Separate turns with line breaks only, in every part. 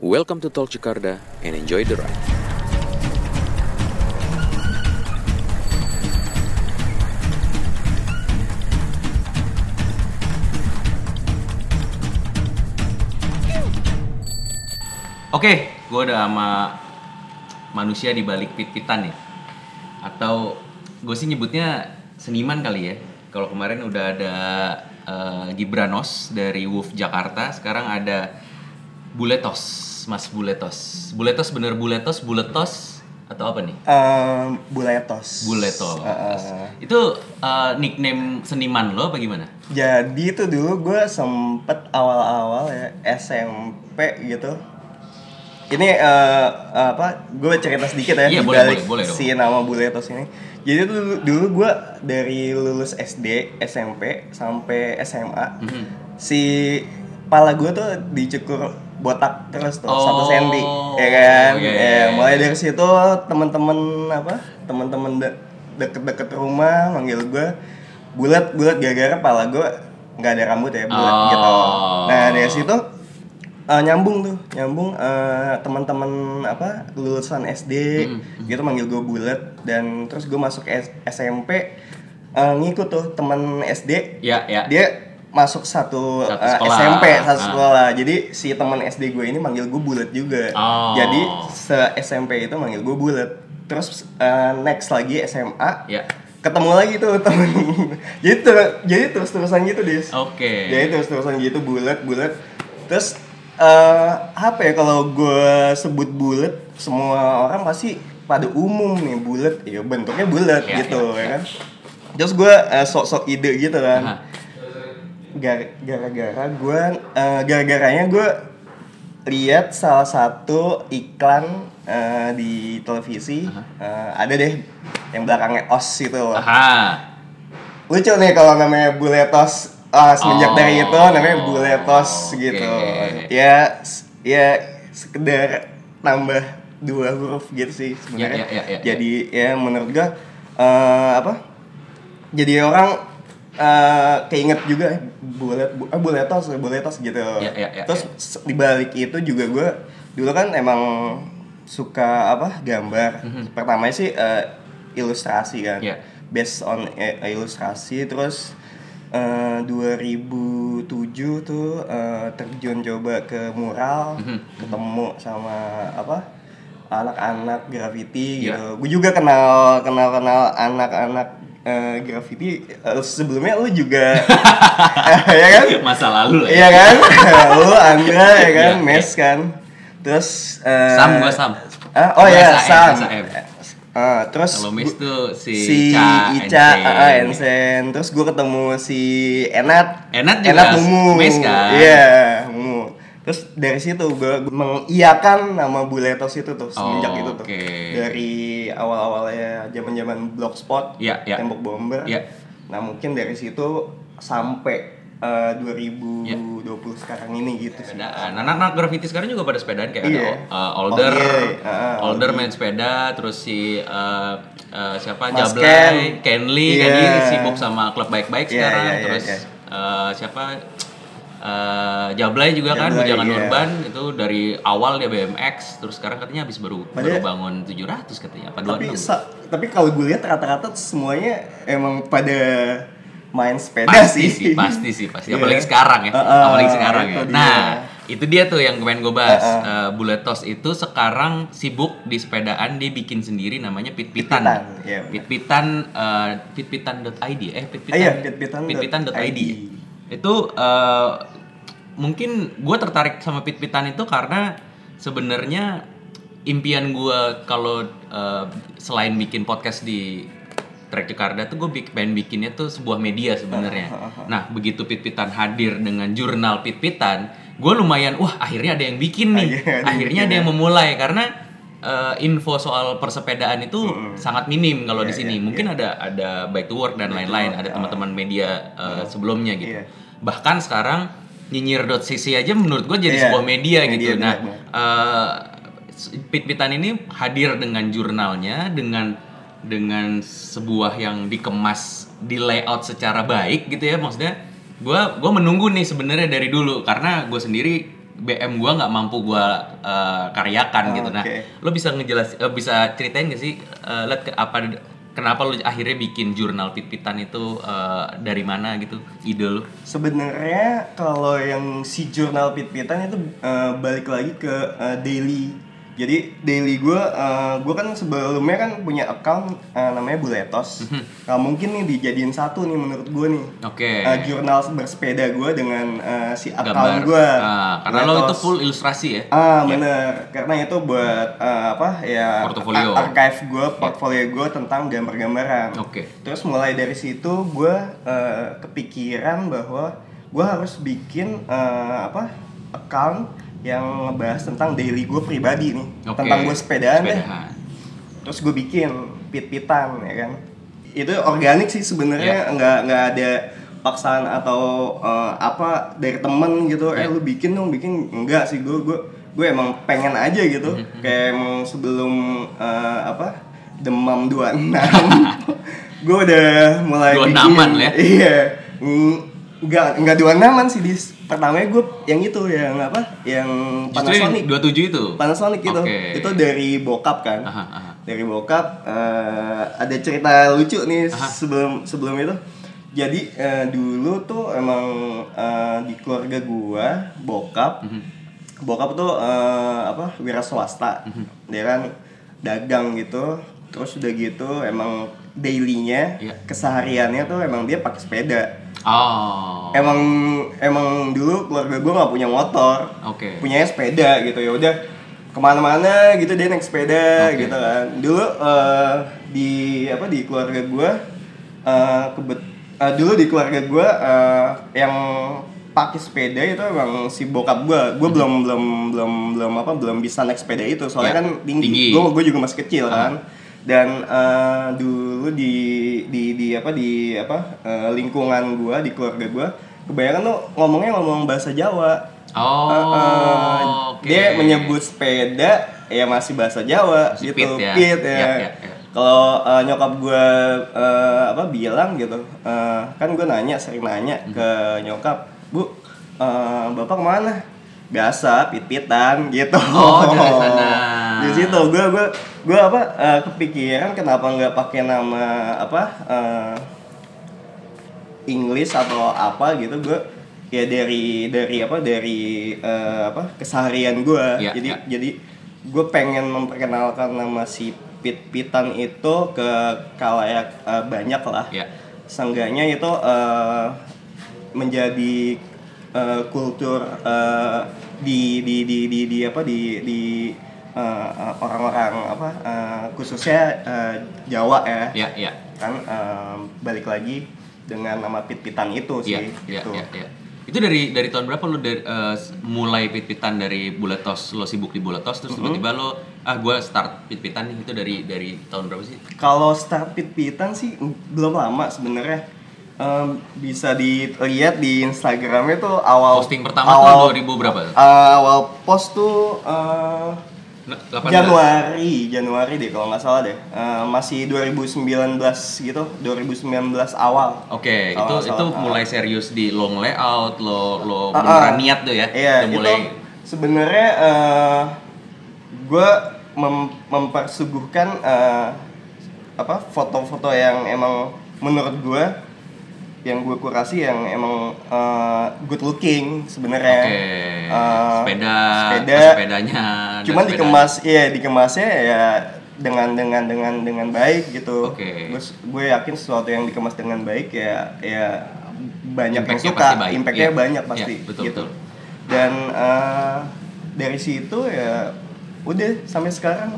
Welcome to Tol Jakarta and enjoy the ride.
Oke, gue udah sama manusia di balik pit-pitan ya. Atau gue sih nyebutnya seniman kali ya. Kalau kemarin udah ada eh, Gibranos dari Wolf Jakarta, sekarang ada Buletos, Mas Buletos. Buletos bener Buletos, Buletos atau apa nih?
Ehm, Buletos.
Buletos.
Heeh.
Itu eh, nickname seniman lo apa gimana?
jadi itu dulu gue sempet awal-awal ya SMP gitu. Ini eh, apa? Gue cerita sedikit ya
Iya,
di
boleh,
balik
boleh, boleh dong.
si nama Buletos ini. Jadi itu dulu, dulu gue dari lulus SD, SMP sampai SMA,
Mhm.
si pala gue tuh dicukur botak terus tuh satu
Oh,
senti, ya kan?
iya,
Ya,
iya, iya.
mulai dari situ teman-teman apa teman-teman de- deket-deket rumah manggil gue bulat bulat gara-gara pala gue nggak ada rambut ya bulat
Oh.
gitu nah dari situ eh, nyambung tuh nyambung eh, teman-teman apa lulusan SD gitu manggil gue bulat dan terus gue masuk S- SMP eh, ngikut tuh teman SD
Ya, ya.
dia masuk satu,
Satu
eh,
sekolah.
SMP satu
Ah.
sekolah jadi si teman SD gue ini manggil gue bulat juga
Oh.
jadi se SMP itu manggil gue bulat terus eh, next lagi SMA
Ya.
ketemu lagi tuh temen jadi ter- jadi terus terusan gitu
Oh,
dis
Oke.
jadi terus terusan gitu bulat bulat terus eh apa ya kalau gue sebut bulat semua orang pasti pada umum nih bulat ya bentuknya bulat
Iya,
gitu ya kan terus gue sok sok ide gitu kan
Aha.
Gar- gara-gara gue gara-garanya gue lihat salah satu iklan eh, di televisi Eh, ada deh yang belakangnya os itu loh.
Aha.
lucu nih kalau namanya buletos Ah, semenjak
Oh.
dari itu namanya buletos
Oke.
gitu ya s- ya sekedar tambah dua huruf gitu sih sebenarnya
Ya, ya, ya, ya,
jadi ya menurut gue eh, apa jadi orang eh, keinget juga eh, bulet bu, ah, buletos buletos gitu
Ya, ya, ya,
terus s- dibalik itu juga gue dulu kan emang suka apa gambar pertamanya sih eh, ilustrasi kan
Ya.
based on eh, ilustrasi terus eh, 2007 tuh eh, terjun coba ke mural ketemu sama apa anak-anak graffiti
Iya.
gitu gue juga kenal kenal kenal anak-anak eh, graffiti Eh, sebelumnya lu juga ya kan
Masa lalu lah. ya.
iya kan lu Andra ya kan
Iya.
Mes kan terus eh,
Sam, gua Sam.
Ah, oh
Gua
ya
SAM.
Sam Ah, terus
Kalau
gua-
Miss tuh si,
si
Ica,
Ica,
Ensen.
ah, ah, Ensen. Terus gue ketemu si Enat.
Enat juga
Mumu.
Miss kan?
Iya, Mumu. Terus dari situ gue mengiakan nama Buletos itu tuh semenjak itu tuh.
Oke.
Dari awal-awalnya zaman-zaman blogspot,
Iya, iya.
tembok bomber.
Iya.
Nah, mungkin dari situ sampai eh,
Iya.
2020 sekarang ini gitu sih.
Sepedaan. Anak-anak nah, graffiti sekarang juga pada sepedaan kayak
Iya.
ada uh, Older,
Oh, iya, iya. Ah,
Older main sepeda, terus si uh, uh, siapa
Mas Ken.
Jablay, Kenly, kan?
Iya.
Kenly sibuk sama klub baik-baik
Iya,
sekarang,
iya, iya,
terus
iya.
uh, siapa Uh, Jablay juga kan,
Jablay,
Bujangan
iya.
Urban itu dari awal dia BMX, terus sekarang katanya habis baru
Padahal-
baru bangun 700 katanya, apa
tapi
26?
sa- tapi kalau gue lihat rata-rata semuanya emang pada main sepeda
pasti
sih.
sih pasti sih pasti
Iya.
apalagi sekarang ya
Eh, eh,
apalagi sekarang ya
itu dia.
nah itu dia tuh yang kemarin gue bahas Eh, Buletos itu sekarang sibuk di sepedaan dia bikin sendiri namanya pit-pitan
Pit-pitan, iya, benar.
pit-pitan eh, pit-pitan.id eh
Ah,
pit-pitan
iya, pit-pitan dot
pit-pitan.id
ID.
itu eh, mungkin gue tertarik sama pit-pitan itu karena sebenarnya impian gue kalau eh, selain bikin podcast di Trek Jakarta tuh gue pengen bikinnya tuh sebuah media sebenarnya. Nah begitu pit-pitan hadir dengan jurnal pit-pitan, gue lumayan wah akhirnya ada yang bikin nih,
Akhirnya ada yang
akhirnya ada yang memulai karena eh, info soal persepedaan itu sangat minim kalau di sini. Mungkin ada ada Iya, back to work ah. dan lain-lain, ada teman-teman media eh, sebelumnya gitu.
Iya.
Bahkan sekarang nyinyir.cc aja menurut gue jadi
Iya,
sebuah media,
media,
gitu. Nah,
benar-benar.
eh, Pit-pitan ini hadir dengan jurnalnya, dengan dengan sebuah yang dikemas di layout secara baik gitu ya maksudnya. Gua gua menunggu nih sebenarnya dari dulu karena gue sendiri BM gua nggak mampu gua eh, karyakan
Oh,
gitu. Nah,
oke.
lo bisa ngejelas eh, bisa ceritain gak sih eh, Let, ke- apa kenapa lo akhirnya bikin jurnal pit-pitan itu eh, dari mana gitu ide lo?
Sebenarnya kalau yang si jurnal pit-pitan itu eh, balik lagi ke eh, daily. Jadi daily gue, gue kan sebelumnya kan punya account eh, namanya Buletos.
Mhm.
Nah, mungkin nih dijadiin satu nih menurut gue nih.
Oke.
Eh, jurnal bersepeda gue dengan eh, si
Gambar.
account gue.
Ah, karena lo itu full ilustrasi ya.
Ah bener, karena itu buat eh, apa ya
Portofolio. Iya.
ar- archive gue, portfolio gue tentang gambar-gambaran.
Oke.
Terus mulai dari situ gue kepikiran bahwa gue harus bikin eh, apa account yang ngebahas tentang daily gue pribadi nih,
Oke.
tentang gue sepedaan, deh.
Sepedaan.
Terus gue bikin pit-pitan ya kan. Itu organik sih
Iya.
sebenarnya nggak nggak ada paksaan atau eh, apa dari temen gitu. Eh
Iya.
lu bikin dong bikin enggak sih gue gue gue emang pengen aja gitu.
Mhm.
Kayak emang sebelum eh, apa demam 26 gue udah mulai
26-an
bikin-
ya?
Iya. Mm, Nggak enggak 26-an sih dis. Pertamanya gue yang itu yang apa? Yang
Justru yang 27 itu.
Panasonic gitu.
Oke.
Itu dari bokap kan.
Aha, aha.
Dari bokap eh, ada cerita lucu nih sebelum sebelum itu. Jadi eh, dulu tuh emang eh, di keluarga gua bokap
Mhm.
bokap tuh eh, apa wira swasta.
Mhm.
Dia kan dagang gitu. Terus udah gitu emang dailynya
Iya.
kesehariannya tuh emang dia pakai sepeda.
Oh.
Emang emang dulu keluarga gua nggak punya motor
Oke.
punyanya sepeda gitu ya udah kemana-mana gitu dia naik sepeda
Oke.
gitu kan dulu eh, di apa di keluarga gue kebet eh, dulu di keluarga gue yang pakai sepeda itu emang si bokap gue gue
Hmm.
belum belum belum belum apa belum bisa naik sepeda itu soalnya
Ya,
kan tinggi,
tinggi. Ah.
gue gue juga masih kecil kan dan eh, dulu di di di apa di apa eh, lingkungan gue di keluarga gue kebanyakan tuh ngomongnya ngomong bahasa Jawa
Oh.
Heeh. eh,
oke.
Dia menyebut sepeda ya masih bahasa Jawa
Masih
gitu.
pit ya.
Pit,
Ya, ya, ya.
Kalau eh, nyokap gue apa bilang gitu, eh, kan gue nanya sering nanya
Hmm.
ke nyokap, bu eh, bapak kemana? Biasa pit-pitan gitu.
Oh, dari sana.
Di situ gue gue gue apa eh, kepikiran kenapa nggak pakai nama apa eh, English atau apa gitu gue ya dari dari apa dari eh, apa keseharian gue
Iya,
jadi
iya.
jadi gue pengen memperkenalkan nama si pit pitan itu ke kalayak eh, banyak lah
Iya.
Seenggaknya itu eh, menjadi eh, kultur eh, di, di, di di di apa di di eh, eh, orang-orang apa eh, khususnya eh, Jawa ya
Ya, ya.
kan em, balik lagi dengan nama pit-pitan itu sih
Iya, iya,
gitu.
iya, iya. Itu dari dari tahun berapa lu dari, eh, mulai pit-pitan dari Buletos, lo sibuk di Buletos terus
Mm-hmm.
tiba-tiba lo ah gua start pit-pitan nih itu dari dari tahun berapa sih?
Kalau start pit-pitan sih mm, belum lama sebenarnya. Em, bisa dilihat di Instagramnya tuh awal
Posting pertama tuh
awal-
2000 berapa?
eh, awal post tuh eh,
Ne- 18.
Januari, Januari deh kalau nggak salah deh. Eh, masih 2019 gitu, 2019 awal.
Oke,
Kalau nggak
itu itu
salah.
mulai serius di long layout, lo lo
Ah,
beneran
ah.
niat tuh ya.
Iya,
Udah
itu
mulai
sebenarnya eh, gue mempersuguhkan eh, apa foto-foto yang emang menurut gue yang gue kurasi yang emang eh, good looking sebenarnya.
Oke,
Eh,
sepeda,
sepeda.
sepedanya. dan
Cuman
sepeda.
dikemas, iya dikemasnya ya dengan dengan dengan dengan baik gitu.
Oke.
Terus gue yakin sesuatu yang dikemas dengan baik ya ya banyak yang
Impact-nya
suka,
pasti baik.
impactnya
Iya.
banyak pasti.
Iya, betul,
gitu.
betul.
Dan eh, dari situ ya udah sampai sekarang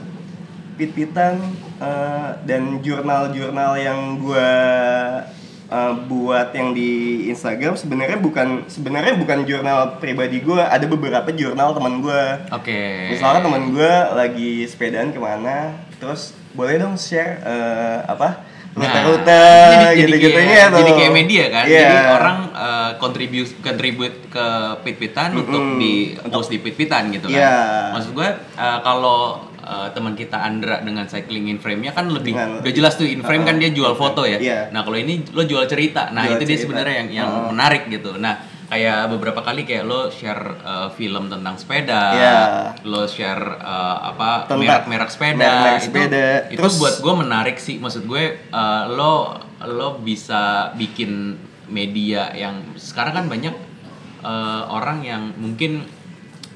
pit-pitan eh, dan jurnal-jurnal yang gue eh, buat yang di Instagram sebenarnya bukan sebenarnya bukan jurnal pribadi gue ada beberapa jurnal teman gue
Oke.
Misalnya teman gue lagi sepedaan kemana, terus boleh dong share eh, apa rute-rute
Nah, jadi- jadi
gitu-gitunya
kayak-
Iya, tuh.
Jadi kayak media kan.
Iya.
Jadi orang eh, kontribut contribute ke pit-pitan untuk di post di pit-pitan gitu kan.
Iya.
Maksud gue eh, kalau eh, teman kita Andra dengan cycling in frame-nya kan lebih
Dengan-
udah jelas tuh in frame kan dia jual foto ya.
Iya.
Nah, kalau ini lo jual cerita. Nah,
Jual
itu dia
cerita.
sebenarnya yang yang menarik gitu. Nah, kayak beberapa kali kayak lo share uh, film tentang sepeda,
Iya.
lo share uh, apa
Tentang
merek-merek sepeda,
merek-merek
itu-
sepeda.
itu,
Terus-
buat gue menarik sih, maksud gue uh, lo lo bisa bikin media yang sekarang kan banyak uh, orang yang mungkin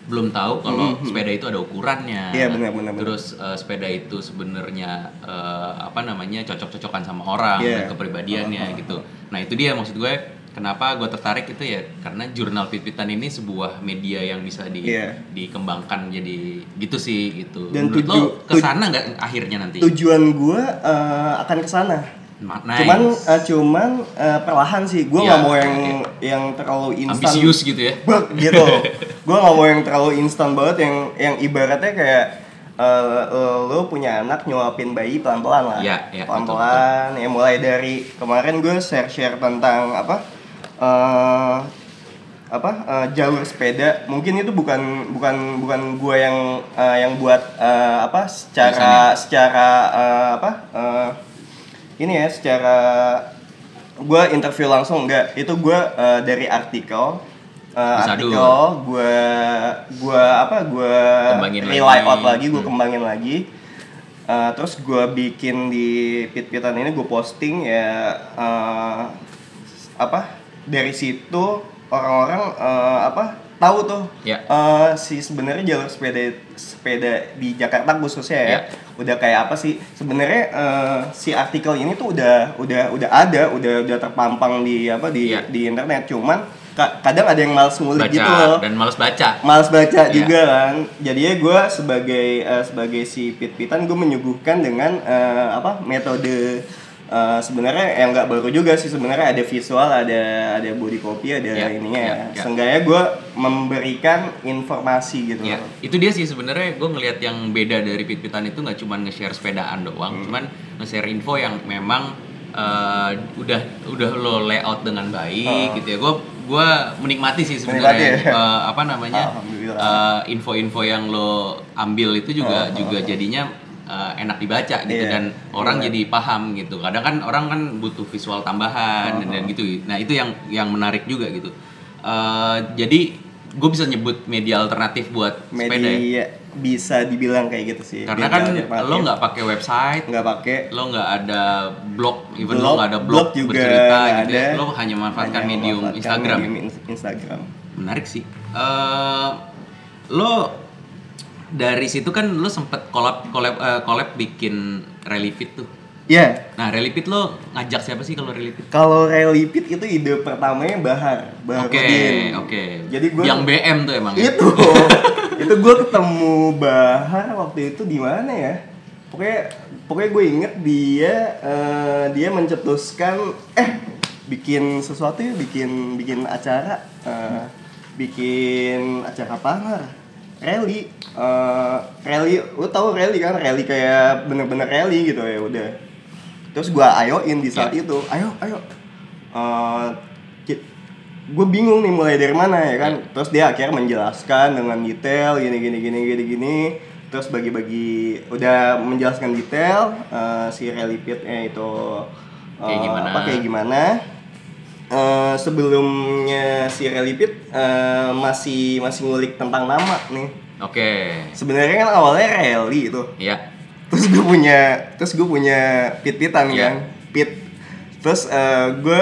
belum tahu kalau sepeda itu ada ukurannya,
Hmm, Iya, benar, benar, benar.
terus uh, sepeda itu sebenarnya uh, apa namanya cocok-cocokan sama orang
Iya.
dan kepribadiannya gitu. Nah itu dia maksud gue kenapa gue tertarik itu ya karena jurnal pit-pitan ini sebuah media yang bisa di
Iya.
dikembangkan jadi gitu sih gitu.
Dan
Menurut lo
tuju-
kesana nggak akhirnya nanti?
tujuan gue eh, akan ke sana.
Ma- nice.
Cuman eh, cuman eh, perlahan sih. Gue
Iya,
nggak mau yang yang terlalu instan.
ambisius gitu ya?
Bek, gitu. gue nggak mau yang terlalu instan banget yang yang ibaratnya kayak eh, eh, lo punya anak nyuapin bayi pelan-pelan lah.
Iya, iya,
pelan-pelan ya mulai dari kemarin gue share-share tentang apa eh apa eh, jalur sepeda mungkin itu bukan bukan bukan gue yang eh, yang buat eh, apa secara secara eh, apa eh, ini ya secara gue interview langsung enggak itu gue eh, dari artikel eh,
Disadu.
artikel gue gue apa gue
Kembangin
rely
lagi.
out lagi gue kembangin lagi Eh, terus gue bikin di pit-pitan ini gue posting ya eh, apa dari situ orang-orang eh, apa tahu tuh
Ya.
eh, si sebenarnya jalur sepeda sepeda di Jakarta khususnya ya
Ya.
udah kayak apa sih sebenarnya eh, si artikel ini tuh udah udah udah ada udah udah terpampang di apa di
Ya.
di internet cuman ka- kadang ada yang males ngulik
Baca
gitu loh
dan males baca.
Males baca
Iya.
juga kan. Jadinya gue sebagai eh, sebagai si pit-pitan gue menyuguhkan dengan eh, apa metode eh, sebenarnya yang nggak baru juga sih sebenarnya ada visual, ada ada body copy, ada
Iya,
ininya.
iya,
ya.
iya.
Seenggaknya gue memberikan informasi gitu.
Ya,
loh.
itu dia sih sebenarnya gue ngelihat yang beda dari pit-pitan itu nggak cuman nge-share sepedaan
Hmm.
doang, cuman nge-share info yang memang eh, udah udah lo layout dengan baik gitu ya. Gue gua menikmati sih sebenarnya
Ah. Menikmati ya?
eh, apa namanya
Alhamdulillah.
eh, info-info yang lo ambil itu juga juga jadinya eh, enak dibaca gitu
Oh, Iya,
dan orang jadi paham gitu. Kadang kan orang kan butuh visual
Oh,
tambahan dan, dan gitu. Nah itu yang yang menarik juga gitu. Eh, jadi gue bisa nyebut media alternatif buat sepeda ya.
Media bisa dibilang kayak gitu sih.
Karena
Media
kan
alternatif.
lo nggak pakai website,
nggak pakai
lo nggak ada blog, even
Blog-
lo nggak ada
blog
blog,
juga
bercerita
nggak
gitu ya.
ada.
Lo hanya memanfaatkan
hanya
medium
memanfaatkan
Instagram.
medium ins- Instagram.
Menarik sih. Eh, lo dari situ kan lo sempet collab collab eh, collab bikin Relipit tuh.
Ya,
Nah, Relipit lo ngajak siapa sih kalau Relipit?
kalau relipit itu ide pertamanya Bahar, Bahar
Oke,
Udin.
oke.
Eh, Jadi gue
yang BM tuh emang. ya?
itu itu gue ketemu Bahar waktu itu di mana ya pokoknya pokoknya gue inget dia eh, dia mencetuskan eh bikin sesuatu yuk bikin bikin acara eh, bikin acara apa nggak? rally eh, rally lu tahu rally kan rally kayak bener-bener rally gitu ya udah terus gue ayoin di saat
Iya.
itu ayo ayo gue bingung nih mulai dari mana ya kan
Iya.
terus dia akhirnya menjelaskan dengan detail gini gini gini gini gini terus bagi-bagi udah menjelaskan detail eh, si relipitnya itu eh,
Kayak gimana.
apa kayak gimana Eh, sebelumnya si relipit eh, masih masih ngulik tentang nama nih
Oke.
sebenarnya kan awalnya rally itu
Iya.
terus gue punya terus gue punya pit pitan
Iya.
kan pit terus gue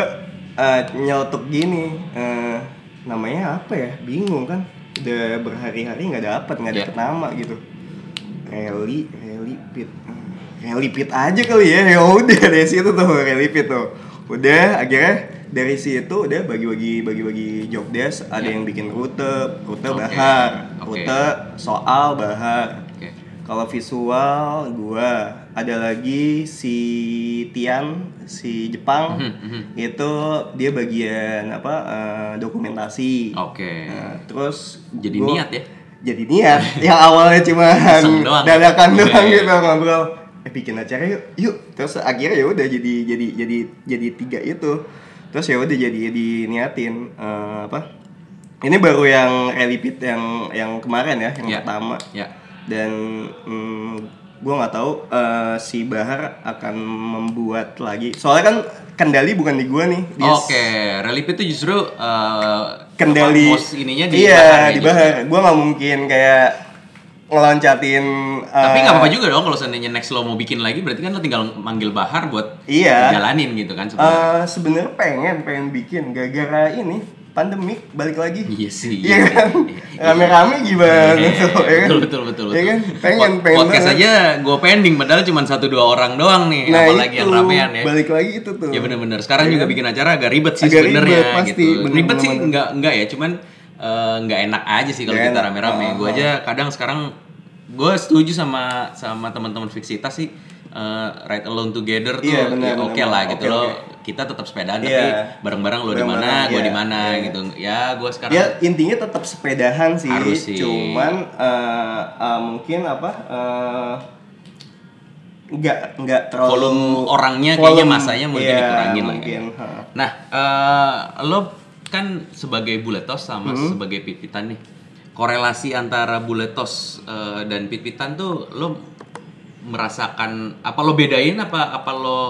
nyeletuk gini eh, namanya apa ya bingung kan udah berhari-hari nggak dapet nggak
Iya.
dapet nama gitu rally rally pit Hmm, rally pit aja kali ya ya udah dari situ tuh rally pit tuh udah akhirnya dari situ udah bagi-bagi bagi-bagi job desk ada yang bikin rute rute
Iya. Oke.
bahar
Oke.
rute soal bahar
Oke.
kalau visual gua ada lagi si Tian si Jepang
Mhm, mhm.
itu dia bagian apa eh, dokumentasi.
Oke.
Nah, terus
Jadi
gua-
niat ya?
Jadi niat yang awalnya cuma
Iseng doang.
dadakan doang
Iya, iya.
gitu ngobrol. Eh bikin acara yuk, yuk. Terus akhirnya ya udah jadi jadi jadi jadi tiga itu. Terus ya udah jadi diniatin eh, apa? Ini baru yang relipit yang yang kemarin ya, yang
Iya.
pertama
Ya.
dan gue nggak tahu eh, si Bahar akan membuat lagi soalnya kan kendali bukan di gue nih Di-
Oke, Relipit itu justru eh,
kendali
Apa, most ininya di Bahar
iya
ya
di
juga.
bahar gue nggak mungkin kayak ngeloncatin
Tapi
eh,
nggak apa-apa juga dong kalau seandainya next lo mau bikin lagi berarti kan lo tinggal manggil Bahar buat
Iya.
jalanin gitu kan sebenarnya.
Eh, sebenarnya pengen pengen bikin gara-gara ini pandemik balik lagi
Iya sih.
iya
iya
kan
sih, iya, iya.
rame-rame gimana
Iya,
tuh ya kan
betul, betul, betul,
Iya
betul.
kan pengen
Pod-
pengen
Podcast
banget.
aja gue pending padahal cuma satu dua orang doang nih,
nah
apalagi
itu
yang ramean ya.
balik lagi itu tuh Iya kan?
Ya bener-bener. Sekarang juga bikin acara agak ribet sih
Agak ribet,
sebenarnya
pasti.
gitu.
Bener,
ribet sih
bener-bener.
enggak enggak ya, cuman eh, nggak enak aja sih kalau
Nggak
kita
enak.
rame-rame. Gue
Ah,
aja kadang sekarang gue setuju sama sama teman-teman Fiksita sih eh, ride alone together tuh
Iya, bener,
ya
bener,
oke lah
bener.
gitu
Oke,
lo
oke.
kita tetap sepedaan tapi
Iya.
bareng-bareng lo di
Bareng-bareng,
mana, gue
iya,
di mana
iya, iya.
gitu. Ya gue sekarang
ya intinya tetap sepedahan sih,
Harus sih.
cuman eh, eh, mungkin apa eh, nggak nggak terlalu
Volume orangnya kayaknya
volume,
masanya mungkin
iya,
dikurangin lah ya.
mungkin, ha.
Nah, eh, lo kan sebagai buletos sama sebagai pit-pitan nih. Korelasi antara buletos eh, dan pit-pitan tuh lo merasakan apa lo bedain apa apa lo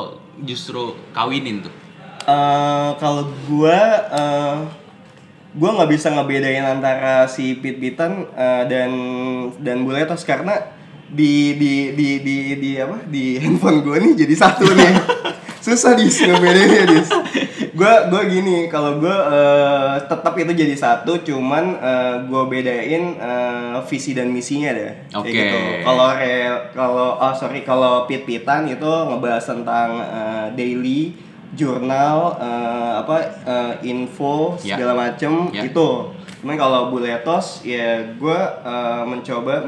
justru kawinin tuh?
Eh, kalau gua eh, gua nggak bisa ngebedain antara si pit pitan dan dan buletos karena di di di di di apa di handphone gua nih jadi satu nih susah dis ngebedainnya dis gua gua gini kalau gua eh, tetap itu jadi satu cuman eh, gua bedain eh, visi dan misinya deh Kayak
Oke.
gitu kalau re- kalau oh sorry kalau pit pitan itu ngebahas tentang eh, daily jurnal eh, apa eh, info
Ya.
segala macem
Ya.
itu cuman kalau buletos ya gue mencoba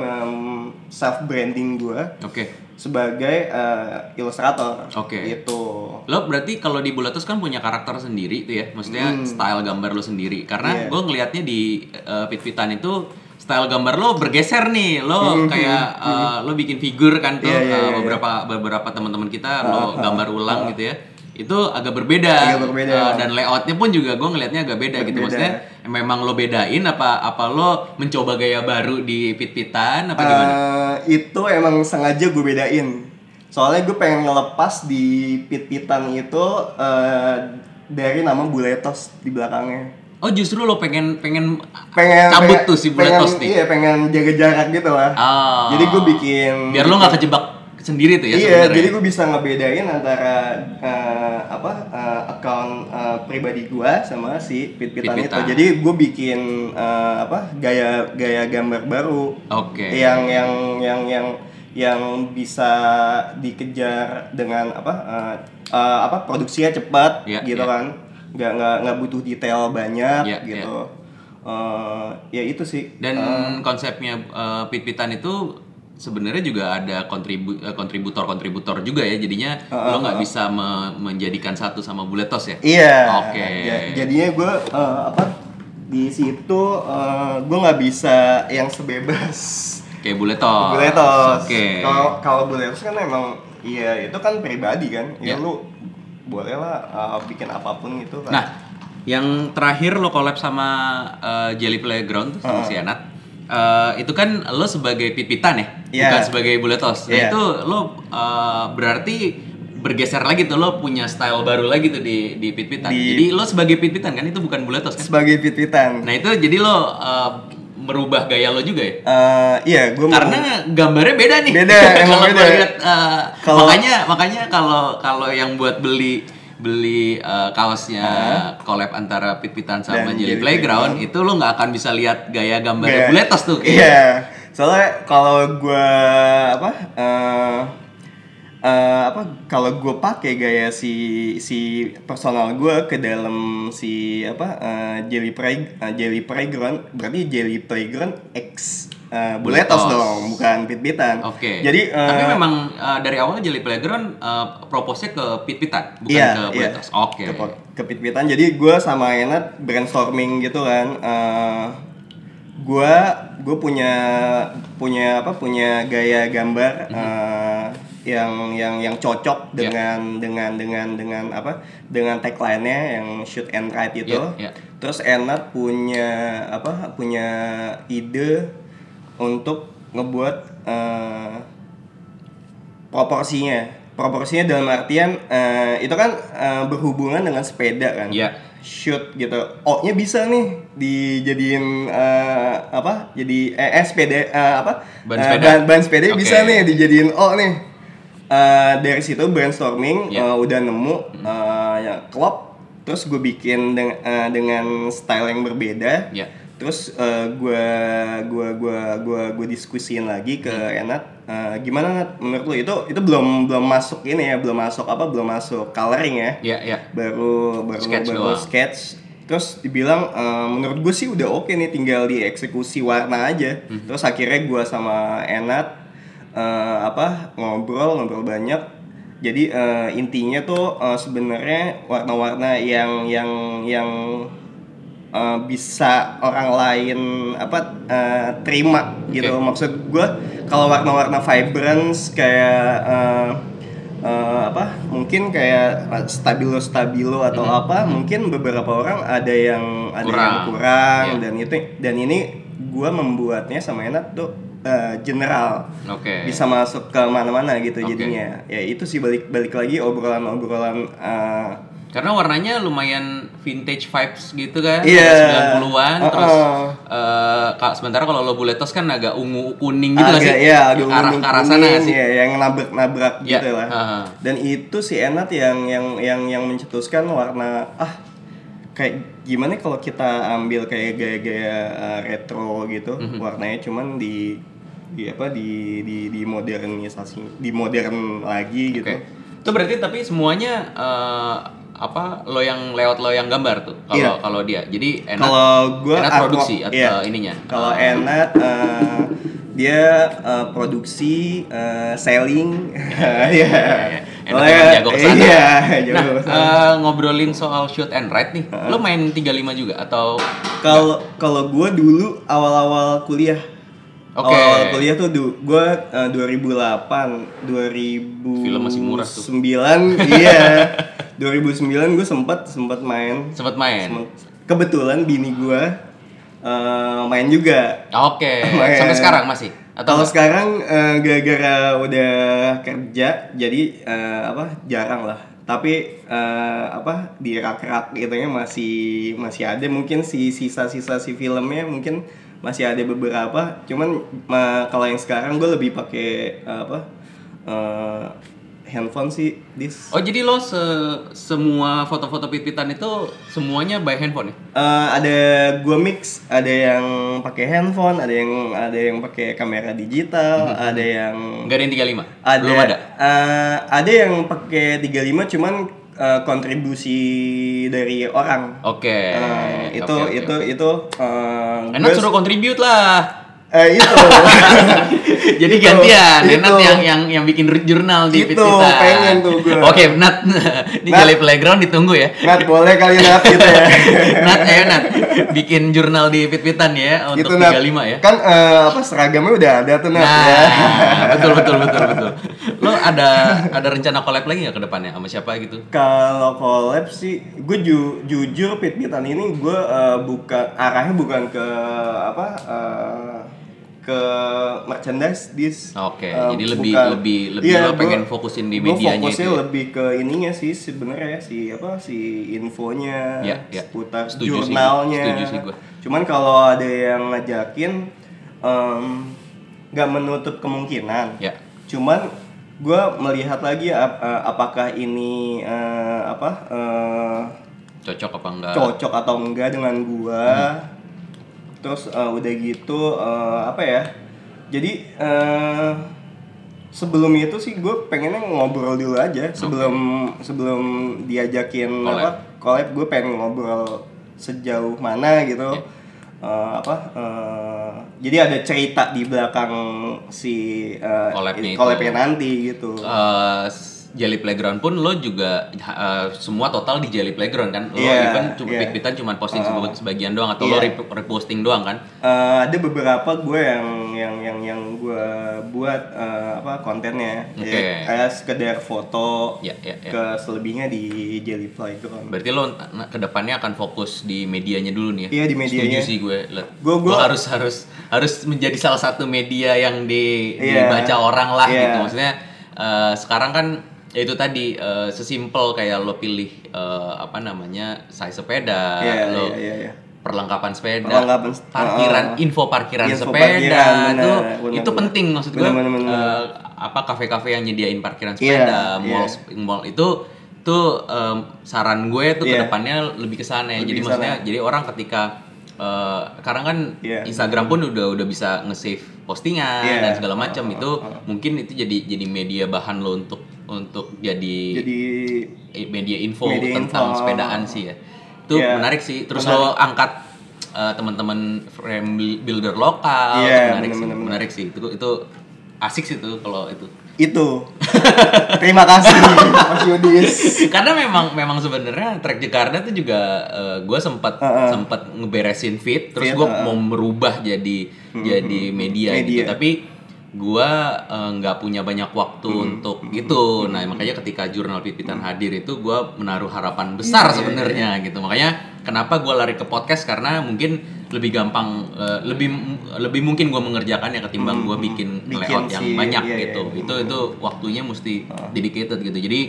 self branding gue
Oke.
sebagai eh, ilustrator
Oke.
gitu
Lo berarti kalau di Bulatos kan punya karakter sendiri tuh ya, maksudnya style gambar lo sendiri. Karena
Hmm. Iya.
gue ngelihatnya di eh, pit-pitan itu style gambar lo bergeser nih, lo kayak eh, lo bikin figur kan tuh
Hmm. Iya, iya,
eh,
iya, Ah, iya.
beberapa beberapa teman-teman kita lo gambar ulang gitu ya. Itu agak berbeda,
Agak berbeda.
Eh, dan layoutnya pun juga gue ngelihatnya agak beda
Berbeda.
gitu. Maksudnya memang lo bedain apa apa lo mencoba gaya baru di pit-pitan apa gimana?
Eh, itu emang sengaja gue bedain. Soalnya gue pengen ngelepas di pit-pitan itu eh, dari nama Buletos di belakangnya.
Oh justru lo pengen pengen
Pengen
cabut
pengen-
tuh si
pengen-
Bulatos nih.
Iya, pengen jaga jarak gitu lah.
Ah.
Jadi gue bikin
biar lo nggak kejebak sendiri tuh ya
Iya,
sebenarnya.
jadi gue bisa ngebedain antara eh, apa eh, account eh, pribadi gue sama si pit-pitan itu.
Pit-pitan.
Jadi gue bikin eh, apa gaya gaya gambar baru.
Oke.
yang yang yang yang yang bisa dikejar dengan apa eh, eh, apa produksinya cepat
Iya,
gitu
iya.
kan nggak nggak nggak butuh detail banyak
Iya,
gitu Eh, ya itu sih
Dan
Ah.
konsepnya eh, pit-pitan itu sebenarnya juga ada kontribu eh, kontributor-kontributor juga ya. Jadinya lo nggak bisa me- menjadikan satu sama buletos ya.
Ah, Iya.
Oke.
Ja- jadinya gue apa di situ gue nggak bisa yang sebebas
Kayak buletos.
buletos.
Oke.
Kalau kalau buletos kan emang iya itu kan pribadi kan. Ya
Iya.
lu boleh lah eh, bikin apapun gitu kan.
Nah, yang terakhir lo collab sama eh, Jelly Playground tuh sama si Anat. Eh, itu kan lo sebagai pit-pitan ya,
Iya.
bukan sebagai buletos. Nah
Iya.
itu lo eh, berarti bergeser lagi tuh lo punya style baru lagi tuh di di pit-pitan.
Di-
Jadi lo sebagai pit-pitan kan itu bukan buletos kan.
sebagai pit-pitan.
Nah itu jadi lo eh, merubah gaya lo juga ya.
Eh, iya, gue
Karena gambarnya beda nih.
Beda, emang
Kalau
beda. ya.
gua lihat, eh,
Kalau-
makanya makanya kalau kalau yang buat beli beli eh, kaosnya collab antara Pit-Pitan sama
Dan Jelly
Jelly Playground itu lo nggak akan bisa lihat gaya gambar Buletos tuh.
Iya. Soalnya kalau gua apa eh eh, apa kalau gua pakai gaya si si personal gua ke dalam si apa eh, jelly play eh, jelly playground berarti jelly playground X eh, buletos
Buletos.
dong bukan pit-pitan.
Oke.
Jadi eh,
tapi memang eh, dari awal Jelly Playground eh, propose-nya ke Pit-Pitan bukan
Iya,
ke
iya.
Buletos. Oke.
ke, pot- ke pit-pitan jadi gue sama Enat brainstorming gitu kan eh gue gue punya punya apa punya gaya gambar eh, yang yang yang cocok
Mhm. Iya.
dengan dengan dengan dengan apa dengan tagline-nya yang shoot and right itu
Iya, iya.
terus Enat punya apa punya ide untuk ngebuat eh, proporsinya proporsinya dalam artian eh, itu kan eh, berhubungan dengan sepeda kan
Iya.
shoot gitu. O-nya bisa nih dijadiin eh, apa? Jadi eh, eh, sepeda eh, apa?
Ban
Eh,
sepeda.
ban, ban sepeda
Oke.
bisa nih dijadiin O nih. Eh, dari situ brainstorming
Iya.
eh, udah nemu eh, ya klop terus gue bikin deng- eh, dengan style yang berbeda
Iya.
terus eh, gue gua gua gua gua diskusiin lagi ke
Hmm.
Renat eh, gimana Nat menurut lu itu itu belum belum masuk ini ya belum masuk apa belum masuk coloring ya
Iya, iya.
baru baru
Sketch
baru
doang.
sketch terus dibilang "Eh, menurut gue sih udah oke nih tinggal dieksekusi warna aja
Hmm.
terus akhirnya gue sama Enat eh, apa ngobrol ngobrol banyak jadi eh, intinya tuh eh, sebenarnya warna-warna yang yang yang eh, bisa orang lain apa eh, terima gitu
Oke.
maksud gue kalau warna-warna vibrance kayak eh, eh, apa mungkin kayak stabilo stabilo atau apa mungkin beberapa orang ada yang ada yang
Mm-hmm. Kurang.
kurang
Iya.
dan itu dan ini gue membuatnya sama enak tuh eh, general
Oke.
bisa masuk ke mana-mana gitu
Oke.
jadinya ya itu sih balik balik lagi obrolan-obrolan eh,
Karena warnanya lumayan vintage vibes gitu kan,
Iya.
90-an
Uh-uh.
terus eh, ka- sementara kalau lo buletos kan agak ungu kuning gitu nggak
agak
sih?
ya agak
arah
ungu
ke arah sana nggak
kuning,
sih?
ya, yang nabrak-nabrak
Iya,
gitu lah
ah.
dan itu si Enat yang yang yang yang mencetuskan warna ah kayak gimana kalau kita ambil kayak gaya-gaya uh, retro gitu
Mhm.
warnanya cuman di di apa di di di modernisasi di modern lagi gitu
Oke. Itu berarti tapi semuanya eh, apa lo yang lewat lo yang gambar tuh kalau
Iya.
kalau dia. Jadi enak
kalau gue
enak produksi atau ininya. Oh.
kalau Enat eh, dia eh, produksi eh, selling
Iya,
ya
Enat iya. emang jago kesana.
iya
Nah,
jago kesana.
eh, ngobrolin soal shoot and write nih. Lo main 35 juga atau
Kalau kalau gue dulu awal-awal kuliah.
Oke.
Awal kuliah tuh du, eh, gue 2008, 2009.
Film masih murah tuh.
iya. 2009 gue sempat sempat main.
sempat main?
Sempat- Kebetulan bini gue main juga.
Oke.
Main.
Sampai sekarang masih atau
Eh, Kalau sekarang eh, gara-gara udah kerja jadi eh, apa jarang lah. Tapi eh, apa di rak-rak gitu ya masih masih ada mungkin si sisa-sisa si filmnya mungkin masih ada beberapa. Cuman ma- kalau yang sekarang gue lebih pakai eh, apa eh, handphone sih this.
Oh jadi lo se- semua foto-foto pit-pitan itu semuanya by handphone ya?
Eh, ada gua mix, ada yang pakai handphone, ada yang ada yang pakai kamera digital,
Hmm.
ada yang
Nggak ada yang 35?
ada
Belum ada?
eh, ada yang pakai 35 cuman eh, kontribusi dari orang
Oke.
Eh, itu,
oke, oke,
itu
oke.
itu eh,
Enak
gue-
suruh contribute lah.
eh, itu
Jadi
Itu,
gantian,
itu.
Nat yang yang yang bikin jurnal
Itu,
di Pitpitan.
pengen tuh gua.
Oke, Nat. Di
Nat.
Jali Playground ditunggu ya.
Nat boleh kali Nat gitu ya
Nat, ayo Nat, bikin jurnal di Pitpitan ya
Gitu,
untuk
Nat.
35 ya.
kan eh, apa seragamnya udah ada tuh Nat
Nah,
ya.
betul betul betul betul. Lo ada ada rencana collab lagi nggak ke depannya sama siapa gitu?
Kalau collab sih, gue ju- jujur pit-pitan ini gue eh, bukan arahnya bukan ke apa eh, ke merchandise dis.
Oke,
Eh,
jadi lebih- lebih- lebih
Iya,
lo
gua-
pengen fokusin di
gua
medianya
fokusnya
itu ya?
lebih ke ininya sih sebenarnya si apa si infonya
Ya, ya.
seputar
Setuju sih gua,
jurnalnya.
setuju sih gua.
Cuman kalau ada yang ngajakin em, nggak menutup kemungkinan
Ya.
cuman gue melihat lagi ap- eh, apakah ini eh, apa eh,
Cocok apa enggak? Hmm.
cocok atau enggak dengan gue terus eh, udah gitu eh, apa ya jadi eh, sebelum itu sih gue pengennya ngobrol dulu aja sebelum sebelum diajakin
Collab.
apa collab gue pengen ngobrol sejauh mana gitu Eh, apa eh, jadi ada cerita di belakang si eh,
Collabnya itu.
collabnya nanti gitu
eh Jelly Playground pun lo juga eh, semua total di Jelly Playground kan? Lo
Iya,
even cuma
iya.
Pitpitan cuma posting sebe- sebagian doang atau lo
Iya.
rep- reposting doang kan?
Eh, ada beberapa gue yang yang yang yang gue buat eh, apa kontennya
Oke.
ya kayak sekedar foto
Ya, ya, ya.
ke selebihnya di Jelly Playground
Berarti lo n- n- kedepannya akan fokus di medianya dulu nih?
Iya,
ya?
di medianya.
Setuju sih gue. Let-
Gue- gue-
lo harus harus harus menjadi salah satu media yang di
Iya.
dibaca orang lah
Iya.
gitu. Maksudnya eh, sekarang kan ya itu tadi eh, sesimpel kayak lo pilih eh, apa namanya size sepeda,
Iya,
lo
iya, iya, iya.
perlengkapan sepeda,
Perlengkapan se-
parkiran,
oh, oh.
info parkiran
Info
sepeda
parkiran, benar,
itu
benar,
itu
benar.
penting maksud gue.
Benar, benar, benar.
eh, apa kafe-kafe yang nyediain parkiran
Iya,
sepeda,
iya.
mall mall itu tuh em, saran gue tuh
Iya.
kedepannya lebih kesana ya.
Lebih
Jadi
kesana.
maksudnya jadi orang ketika eh, sekarang kan
Iya.
Instagram pun udah udah bisa nge-save postingan
Iya. oh.
dan segala macam itu mungkin itu jadi jadi media bahan lo untuk untuk jadi,
Jadi
eh, media info
Media
tentang
info.
sepedaan sih ya itu
Iya.
menarik sih terus
Menarik.
lo angkat eh, teman-teman frame buil- builder
Iya,
lokal itu menarik sih
bener-bener.
menarik sih itu itu asik sih itu kalau itu
itu. Terima kasih Mas Yudis.
karena memang memang sebenarnya track Jakarta tuh juga eh, gue sempat
Heeh.
sempat ngeberesin fit terus
Feed,
gue
heeh. Hmm,
mau merubah jadi jadi media,
Media.
gitu tapi gue nggak punya banyak waktu
Hmm,
untuk itu nah makanya ketika jurnal pipitan hadir itu gue menaruh harapan
Iya,
besar sebenarnya gitu makanya kenapa gue lari ke podcast karena mungkin lebih gampang eh, lebih lebih mungkin gue mengerjakannya ketimbang gue bikin,
Hmm, Bikin
layout yang
si-
banyak
iya, iya,
gitu
iya.
itu itu waktunya mesti
Ah.
dedicated gitu jadi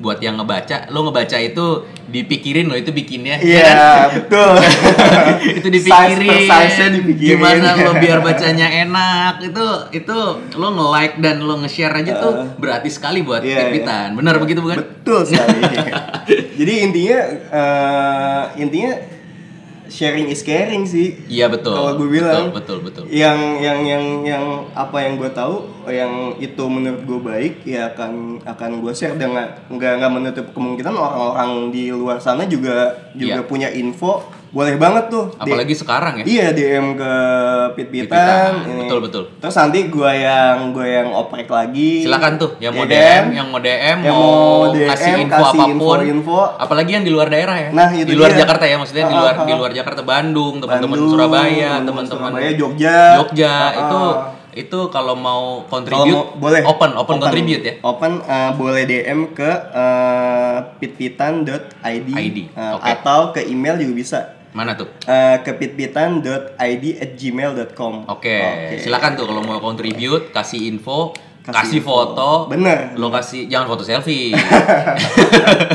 buat yang ngebaca lo ngebaca itu dipikirin lo itu bikinnya
Iya, betul.
itu
Size per
dipikirin,
size-nya dipikirin.
gimana lo biar bacanya enak itu itu lo nge like dan lo nge share aja tuh berarti sekali buat
Ah. Iya, iya.
Pipitan benar begitu bukan
Betul sekali. Jadi intinya eh, intinya sharing is caring sih.
iya betul
Kalau gue bilang
betul betul, betul.
yang yang yang yang apa yang gue tahu yang itu menurut gue baik ya akan akan gue share dengan nggak nggak menutup kemungkinan orang-orang di luar sana juga juga
Iya.
punya info boleh banget tuh di-
apalagi sekarang ya
Iya DM ke
Pit-pitan,
Pit-Pitan ini.
betul, betul.
Terus nanti gua yang gua yang oprek lagi.
silakan tuh yang mau
Iya
DM
kan?
yang mau DM
Yang
mau,
mau DM,
kasih info
kasih
apapun
info-info.
apalagi yang di luar daerah ya
Nah, itu
di luar
dia.
Jakarta ya maksudnya di
Ah,
luar
ah,
di
ah.
luar Jakarta Bandung teman-teman
Bandung,
Surabaya
teman-teman
teman-teman
Surabaya, Jogja.
Jogja
Ah, ah.
itu itu kalau mau
Kalau
contribute
mau- boleh
open open contribute ya
Open eh, boleh DM ke eh, pitpitan.id Eh,
ID, oke.
atau ke email juga bisa.
mana tuh
Eh, ke pitpitan.id at gmail.com
Oke, silakan tuh kalau mau contribute, kasih info,
Kasih
kasih,
info.
foto,
Bener.
lo kasih jangan foto selfie,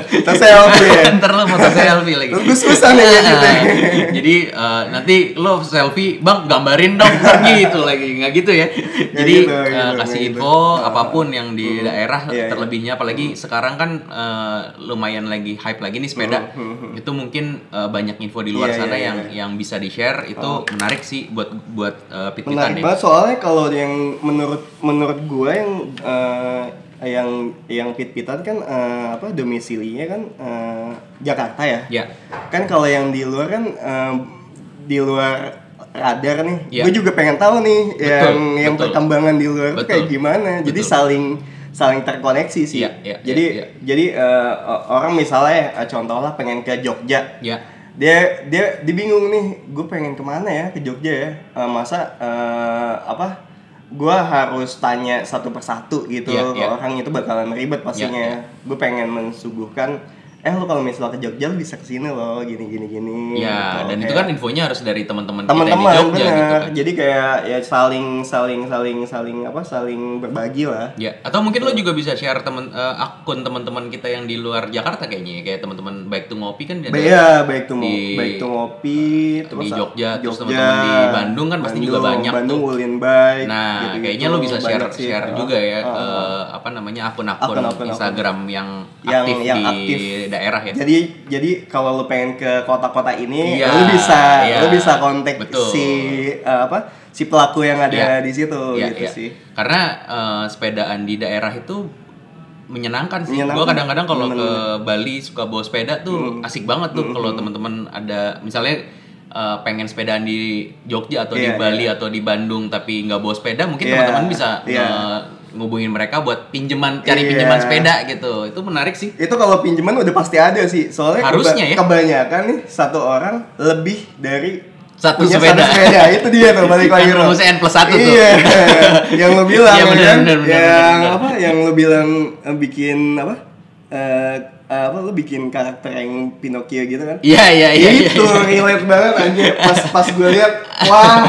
Terus selfie ya?
ntar lo foto selfie lagi.
Terus susah nih ya gitu.
Jadi eh, nanti lo selfie, bang gambarin dong Ntar gitu lagi, nggak gitu ya? Jadi
gitu,
eh,
gitu,
kasih
gitu.
info apapun yang di daerah
Iya, iya.
terlebihnya, apalagi sekarang kan eh, lumayan lagi hype lagi nih sepeda, itu mungkin eh, banyak info di luar
Mm-hmm. Iya,
sana
iya, Oh.
yang yang bisa di share, itu menarik sih buat buat eh, pit-pitan
menarik
ya.
banget soalnya kalau yang menurut menurut gue yang eh, yang yang pit-pitan kan eh, apa domisilinya kan eh, Jakarta ya
Ya.
kan kalau yang di luar kan eh, di luar radar nih
Iya.
gue juga pengen tahu nih yang yang
betul.
perkembangan di luar tuh
Betul.
kayak gimana jadi
Betul.
saling saling terkoneksi sih
Iya, iya,
jadi
iya,
jadi eh, o- orang misalnya eh, contohlah pengen ke Jogja
Ya,
dia dia dia bingung nih gue pengen kemana ya ke Jogja ya Eh, masa eh, apa gue harus tanya satu persatu gitu
Iya,
ke
iya.
orang itu bakalan ribet pastinya gue pengen mensuguhkan eh lo kalau misalnya ke Jogja lo bisa kesini lo gini gini gini
ya,
gitu.
dan itu
Kayak
kan infonya harus dari teman-teman kita yang di
teman-teman
Jogja
bener
gitu kan.
jadi kayak ya saling saling saling saling apa saling berbagi lah
Ya, atau mungkin lo juga bisa share temen eh, akun teman-teman kita yang di luar Jakarta kayaknya, ya. kayak teman-teman baik tuh ngopi kan ada
Ba- ya baik tuh
di-
baik tuh ngopi
di Jogja, terus teman-teman di Bandung kan pasti juga banyak tuh.
Bandung Ulin Bike
Nah,
gitu-gitu,
kayaknya lo bisa share
banyak sih.
share
Ah,
juga ya
ah, ah.
eh, apa namanya akun-akun
Akun-akun,
Instagram yang
Yang-
aktif
yang
di
aktif.
daerah ya.
Jadi jadi kalau lo pengen ke kota-kota ini,
Iya,
lo bisa
iya.
lo bisa kontak
Betul.
si eh, apa si pelaku yang ada
Iya.
di situ
Iya,
gitu
iya.
sih.
Karena eh, sepedaan di daerah itu menyenangkan sih.
Menyenangkan.
Gue kadang-kadang kalau ke
Menyenangkan. Hmm.
Bali suka bawa sepeda tuh asik banget tuh kalau teman-teman ada misalnya eh, pengen sepedaan di Jogja atau di
Iya,
Bali atau di Bandung tapi nggak bawa sepeda, mungkin
Iya,
teman-teman bisa
iya.
eh, ngubungin mereka buat pinjeman cari
Iya.
pinjaman sepeda gitu. Itu menarik sih.
Itu kalau pinjaman udah pasti ada sih. Soalnya
Harusnya
keba-
ya.
kebanyakan nih satu orang lebih dari
Satu
punya
sepeda.
satu sepeda. Itu dia tuh balik lagi.
Yang
tuh.
rumusnya N plus satu tuh.
Iya. yang lo bilang
Iya,
ya
benar,
kan?
benar, benar,
yang
benar.
apa yang lo bilang eh, bikin apa? Eh, eh, apa lu bikin karakter yang Pinocchio gitu kan?
Iya iya iya. iya.
itu relate banget anjir pas pas gue lihat wah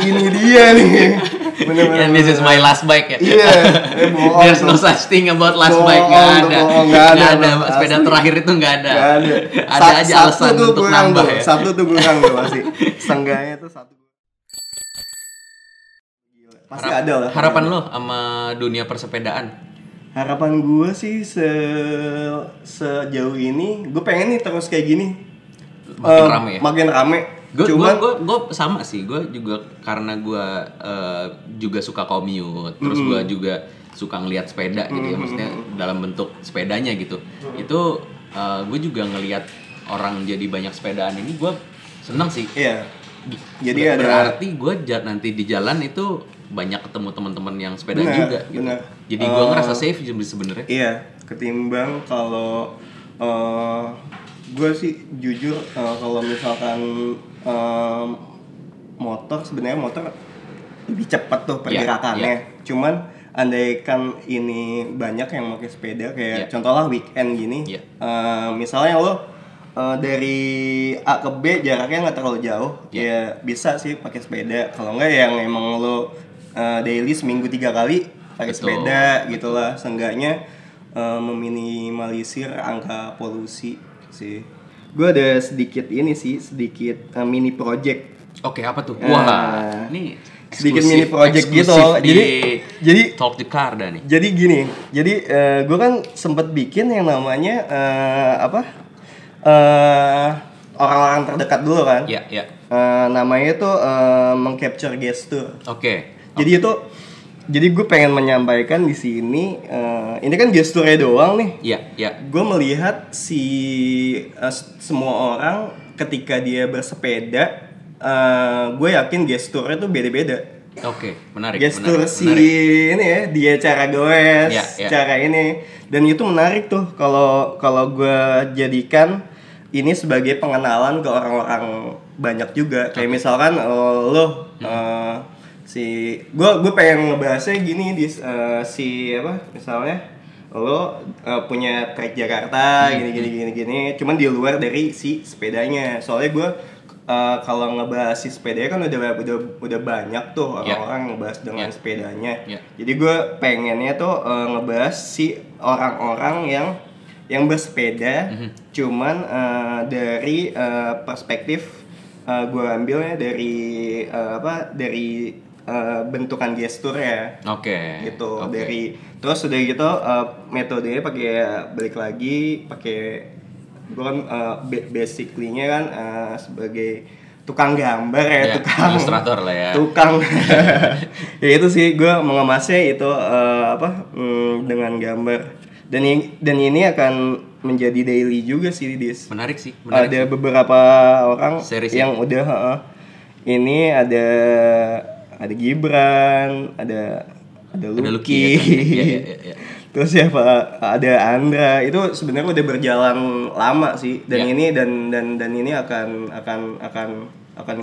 ini dia nih bener-bener
And Iya, this is my last bike ya.
iya eh, bohong
There's
tuh.
no such thing about last
Bohong
bike nggak
tuh,
ada.
bohong, nggak ada,
Nggak
Bang.
sepeda
Asli.
terakhir itu nggak ada.
Nggak ada
Ya. Ada
Sa-
aja
satu
alasan
tuh
untuk
kurang
nambah
tuh,
ya.
satu tuh kurang tuh pasti sengganya tuh satu Gila, pasti
Harap-
ada lah
Harapan lo sama dunia persepedaan.
harapan gue sih se sejauh ini gue pengen nih terus kayak gini
Makin
Eh,
rame ya?
makin rame
Gue
cuman
gue sama sih. Gue juga karena gue juga suka commute. Terus gue
Hmm.
juga suka ngelihat sepeda gitu ya. Maksudnya dalam bentuk sepedanya gitu.
Hmm.
Itu gue juga ngelihat orang jadi banyak sepedaan ini gue seneng sih.
iya jadi ada
Ber- berarti gue nanti di jalan itu banyak ketemu teman-teman yang sepeda
Benar,
juga gitu.
benar.
Jadi gue
Eh,
ngerasa safe sih sebenarnya.
Iya, ketimbang kalau gue sih jujur eh, kalau misalkan em, motor sebenarnya motor lebih cepat
Iya,
tuh pergerakannya. Cuman andaikan ini banyak yang pakai sepeda
Iya.
kayak contohlah weekend gini.
Iya.
eh, misalnya lo eh, dari A ke B jaraknya nggak terlalu jauh,
Iya.
ya bisa sih pakai sepeda. Kalau nggak ya yang emang lo eh, daily seminggu tiga kali pakai
Betul.
sepeda gitulah seenggaknya eh, meminimalisir angka polusi sih gue ada sedikit ini sih sedikit eh, mini project
Oke apa tuh?
Eh,
Wah, ini
sedikit
eksklusif-
mini project gitu.
eksklusif di
Jadi- jadi-
talk the Karda nih.
jadi gini jadi gue kan sempet bikin yang namanya eh, apa eh, orang-orang terdekat dulu kan
Ya ya.
Eh, namanya itu eh, mengcapture gestur
Oke.
Jadi itu jadi gue pengen menyampaikan di sini eh, ini kan gesturnya doang nih.
Ya ya.
Gue melihat si eh, s- semua orang ketika dia bersepeda eh, gue yakin gesturnya tuh beda-beda.
Oke, menarik.
Gestur
menarik,
si
menarik.
ini ya, dia cara goes,
Ya, ya.
cara ini dan itu menarik tuh kalau kalau gue jadikan ini sebagai pengenalan ke orang-orang banyak juga. Kayak misalkan eh, lo
Hmm.
eh, si gue gue pengen ngebahasnya gini di eh, si apa misalnya lo eh, punya trek Jakarta
Hmm,
gini gini gini gini cuman di luar dari si sepedanya soalnya gue eh, kalau ngebahas si sepedanya kan udah udah udah banyak tuh
Ya.
orang-orang ngebahas dengan
Ya.
sepedanya
Ya.
jadi gue pengennya tuh eh, ngebahas si orang-orang yang yang bersepeda
Mhm.
cuman eh, dari eh, perspektif gue ambilnya dari eh, apa dari eh, bentukan gestur ya
Oke.
gitu
oke.
dari terus udah gitu eh, metodenya pakai balik lagi pakai gue kan eh, ba- basically-nya kan eh, sebagai tukang gambar ya,
Ya,
tukang
ilustrator lah ya.
tukang ya itu sih gue mengemasnya itu eh, apa mm, dengan gambar dan i- dan ini akan menjadi daily juga sih dis
Menarik sih. Menarik.
ada beberapa orang
Series ya?
yang udah heeh. ini ada ada Gibran ada ada Lucky,
Ada Lucky, ya kan? Ya, ya, ya, ya.
terus siapa ada Andra itu sebenarnya udah berjalan lama sih dan
Ya.
ini dan dan dan ini akan akan akan akan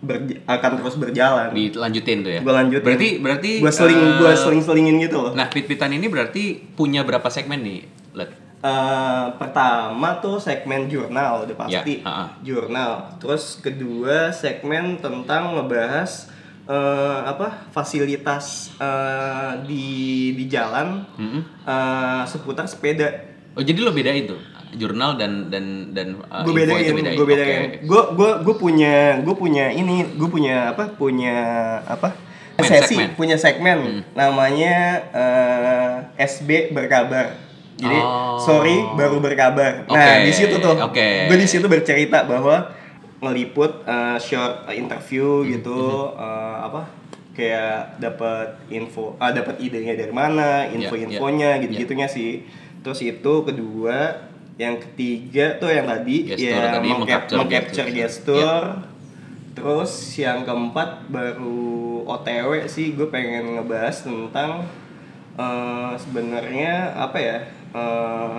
berj- akan terus berjalan
Dilanjutin tuh ya.
gue lanjutin
Berarti berarti.
gue seling
eh,
gua seling selingin gitu loh
Nah, pit-pitan ini berarti punya berapa segmen nih? Let.
Eh, pertama tuh segmen jurnal udah pasti
Ya, ha-ha.
jurnal terus kedua segmen tentang ngebahas eh, apa fasilitas eh, di di jalan eh, seputar sepeda
Oh jadi lo bedain tuh jurnal dan dan dan uh,
gue
info
bedain
itu
gue bedain
Oke.
gue gue gue punya gue punya ini gue punya apa punya apa
Segmen,
sesi
segmen. Hmm.
punya segmen namanya eh, SB berkabar jadi
Oh.
sorry baru berkabar
Oke,
nah di situ tuh
oke.
gue di situ bercerita bahwa ngeliput eh, short
Hmm,
interview gitu eh, apa kayak dapat info ah dapat idenya dari mana info-infonya
iya,
gitu-gitunya sih terus itu kedua yang ketiga tuh yang tadi
Gestur
ya
Iya, tadi,
mengcap-
meng-capture gitu. Iya.
mengcapture
gestur.
gestur, terus yang keempat baru OTW sih gue pengen ngebahas tentang eh, sebenarnya apa ya eh,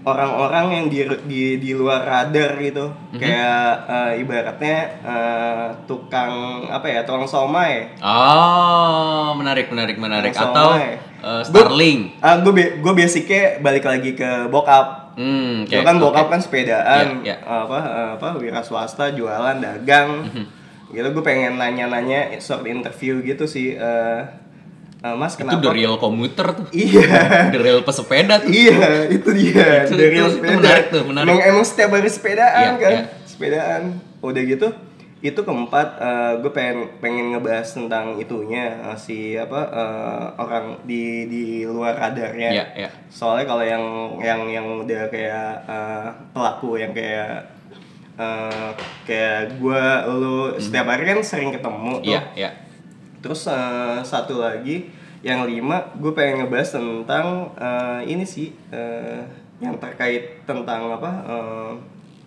orang-orang yang di, di di luar radar gitu
Mhm.
kayak eh, ibaratnya eh, tukang apa ya tukang somai
Oh, menarik, menarik, menarik.
Langsung
Atau
aja.
eh, Starling.
ah gue gue basicnya balik lagi ke bokap
Hmm,
Gue
kayak-
kan bokap
oke.
kan sepedaan
Iya, iya.
apa apa wira swasta jualan dagang
Mhm.
gitu gue pengen nanya-nanya short interview gitu sih eh, eh, mas
Itu
kenapa
the real commuter tuh.
iya
The real pesepeda tuh.
Iya, itu dia.
Itu-
Dari
itu- itu
sepeda.
menarik tuh, menarik.
Emang, emang setiap hari sepedaan
Iya,
kan?
iya.
Sepedaan. Udah gitu, itu keempat gue pengen pengen ngebahas tentang itunya eh, si apa eh, orang di di luar radarnya.
Iya, iya.
Soalnya kalau yang yang yang udah kayak eh, pelaku yang kayak eh, kayak gue lo setiap hari kan sering ketemu tuh.
Hmm. Iya, iya.
Terus eh, satu lagi yang lima, gue pengen ngebahas tentang eh, ini sih eh, yang terkait tentang apa eh,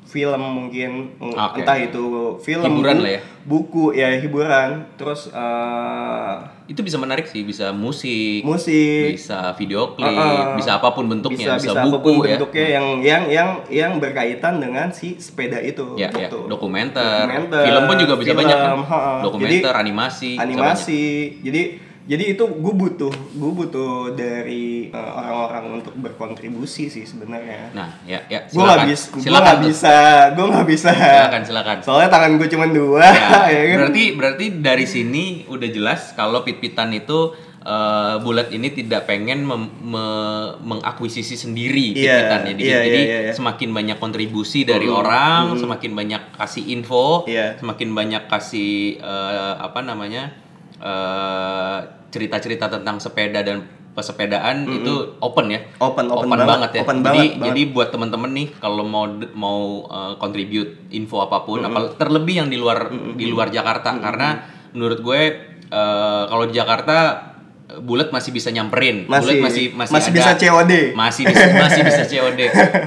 film mungkin Mm,
Oke.
entah itu film
Hiburan
bu-
lah ya.
buku ya hiburan terus eh,
Itu bisa menarik sih, bisa musik,
musik
bisa video klip,
Uh-uh.
bisa apapun bentuknya, bisa,
apapun
buku ya.
bentuknya yang yang yang yang berkaitan dengan si sepeda itu
Ya, ya.
gitu.
Dokumenter.
Dokumenter,
film pun juga bisa banyak kan.
film, ha-ha.
Dokumenter,
Jadi,
animasi, bisa banyak.
animasi jadi jadi itu gue butuh gue butuh dari eh, orang-orang untuk berkontribusi sih sebenarnya
Nah, ya, ya.
gue nggak
silakan.
bis- gua
Silakan
nggak
tuh.
bisa gue nggak bisa
Silakan, silakan.
soalnya tangan gue cuma dua
Ya,
ya kan?
berarti berarti dari sini udah jelas kalau pit-pitan itu eh, bulat ini tidak pengen mem- me- mengakuisisi sendiri
Iya,
pit-pitannya. Jadi,
iya, iya,
jadi
iya, iya.
semakin banyak kontribusi dari orang, semakin banyak kasih info,
Iya.
semakin banyak kasih eh, apa namanya eh, cerita-cerita tentang sepeda dan pesepedaan itu open ya
Open, open banget,
banget ya
open
jadi
banget,
jadi buat temen-temen nih kalau mau mau uh, contribute info apapun apal- terlebih yang di luar di luar Jakarta karena menurut gue uh, kalau di Jakarta uh, bulat masih bisa nyamperin
masih
bulat masih masih, ada,
bisa COD
masih bisa masih bisa COD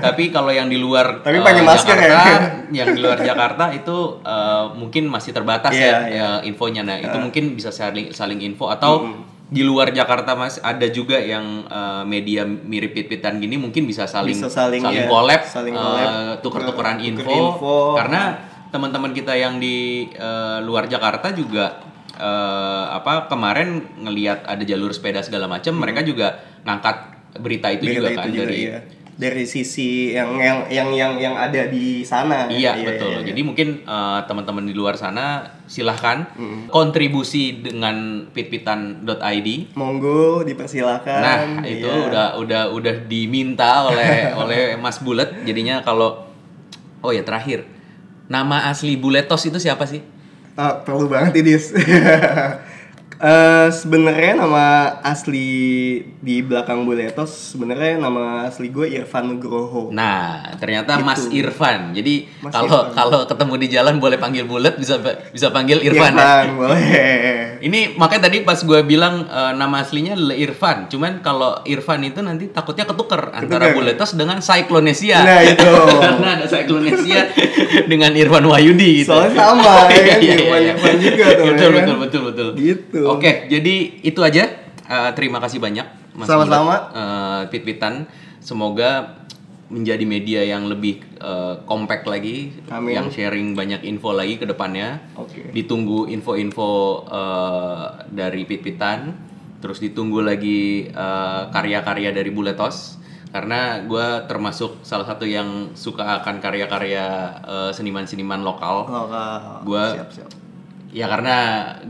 tapi kalau yang di luar
Tapi
uh,
pakai masker ya?
Jakarta yang di luar Jakarta itu uh, mungkin masih terbatas
Iya, Eh.
ya uh, infonya nah itu mungkin bisa saling saling info atau di luar Jakarta mas ada juga yang uh, media mirip pit-pitan gini mungkin bisa saling
Bisa saling, ya.
collab,
Saling
uh,
collab.
tuker-tukeran
Tuker
info,
info.
karena Nah, teman-teman kita yang di uh, luar Jakarta juga uh, apa kemarin ngelihat ada jalur sepeda segala macam mereka juga ngangkat berita itu
Hmm. Berita
juga kan dari
iya. dari sisi yang yang yang yang yang ada di sana
Iya
ya.
betul.
iya, iya.
Jadi mungkin eh, teman-teman di luar sana silahkan
Hmm.
kontribusi dengan pitpitan.id.
monggo dipersilakan
Nah itu
iya.
udah udah udah diminta oleh oleh Mas Bulet. Jadinya kalau oh ya terakhir nama asli Buletos itu siapa sih?
Ah, perlu banget ini. Eh sebenarnya nama asli di belakang Buletos sebenarnya nama asli gue Irfan Nugroho.
Nah ternyata Mas
Itu.
Irfan. Jadi
Oh. Mas
kalau kalau ketemu di jalan boleh panggil Bulet bisa bisa panggil Irfan. ya?
boleh.
Ini makanya tadi pas gue bilang eh, nama aslinya Le Irfan, cuman kalau Irfan itu nanti takutnya ketuker
Ketuker.
antara
kan?
Buletos dengan Cyclonesia.
Nah, itu.
Karena ada Cyclonesia dengan Irfan Wahyudi gitu.
Soalnya sama ya kan,
Iya, iya, iya.
Irfan-Irfan juga tuh. ya
Betul
kan?
betul betul betul.
Gitu.
Oke, jadi itu aja. Eh, terima kasih banyak Eh,
Sama-sama.
Pit-pitan. Semoga menjadi media yang lebih kompak lagi,
Amin.
yang sharing banyak info lagi ke depannya
Oke.
ditunggu info-info eh, dari Pit-Pitan terus ditunggu lagi eh, karya-karya dari Buletos karena gue termasuk salah satu yang suka akan karya-karya eh, seniman-seniman lokal
Oh, Kak.
Gua-
siap siap.
ya karena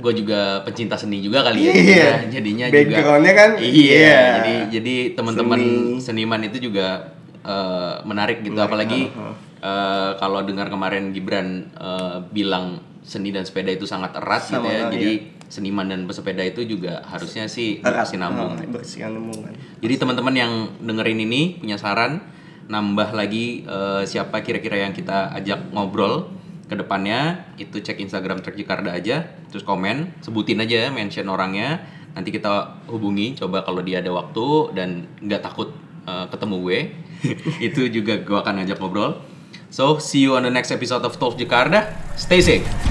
gue juga pencinta seni juga kali ya
Iya.
jadinya- jadinya
Backgroundnya kan,
iya
iya.
jadi jadi teman-teman seniman itu juga eh, menarik gitu apalagi
uh-huh,
eh, kalau dengar kemarin Gibran eh, bilang seni dan sepeda itu sangat erat gitu ya jadi
iya.
seniman dan pesepeda itu juga harusnya sih bersinambung
Ah, bersinambung kan.
jadi teman-teman yang dengerin ini punya saran, nambah lagi eh, siapa kira-kira yang kita ajak ngobrol ke depannya, itu cek Instagram Trek Jakarta aja, terus komen, sebutin aja mention orangnya, nanti kita hubungi, coba kalau dia ada waktu dan nggak takut eh, ketemu gue, itu juga gue akan ajak ngobrol. So, see you on the next episode of Talk Jakarta. Stay safe.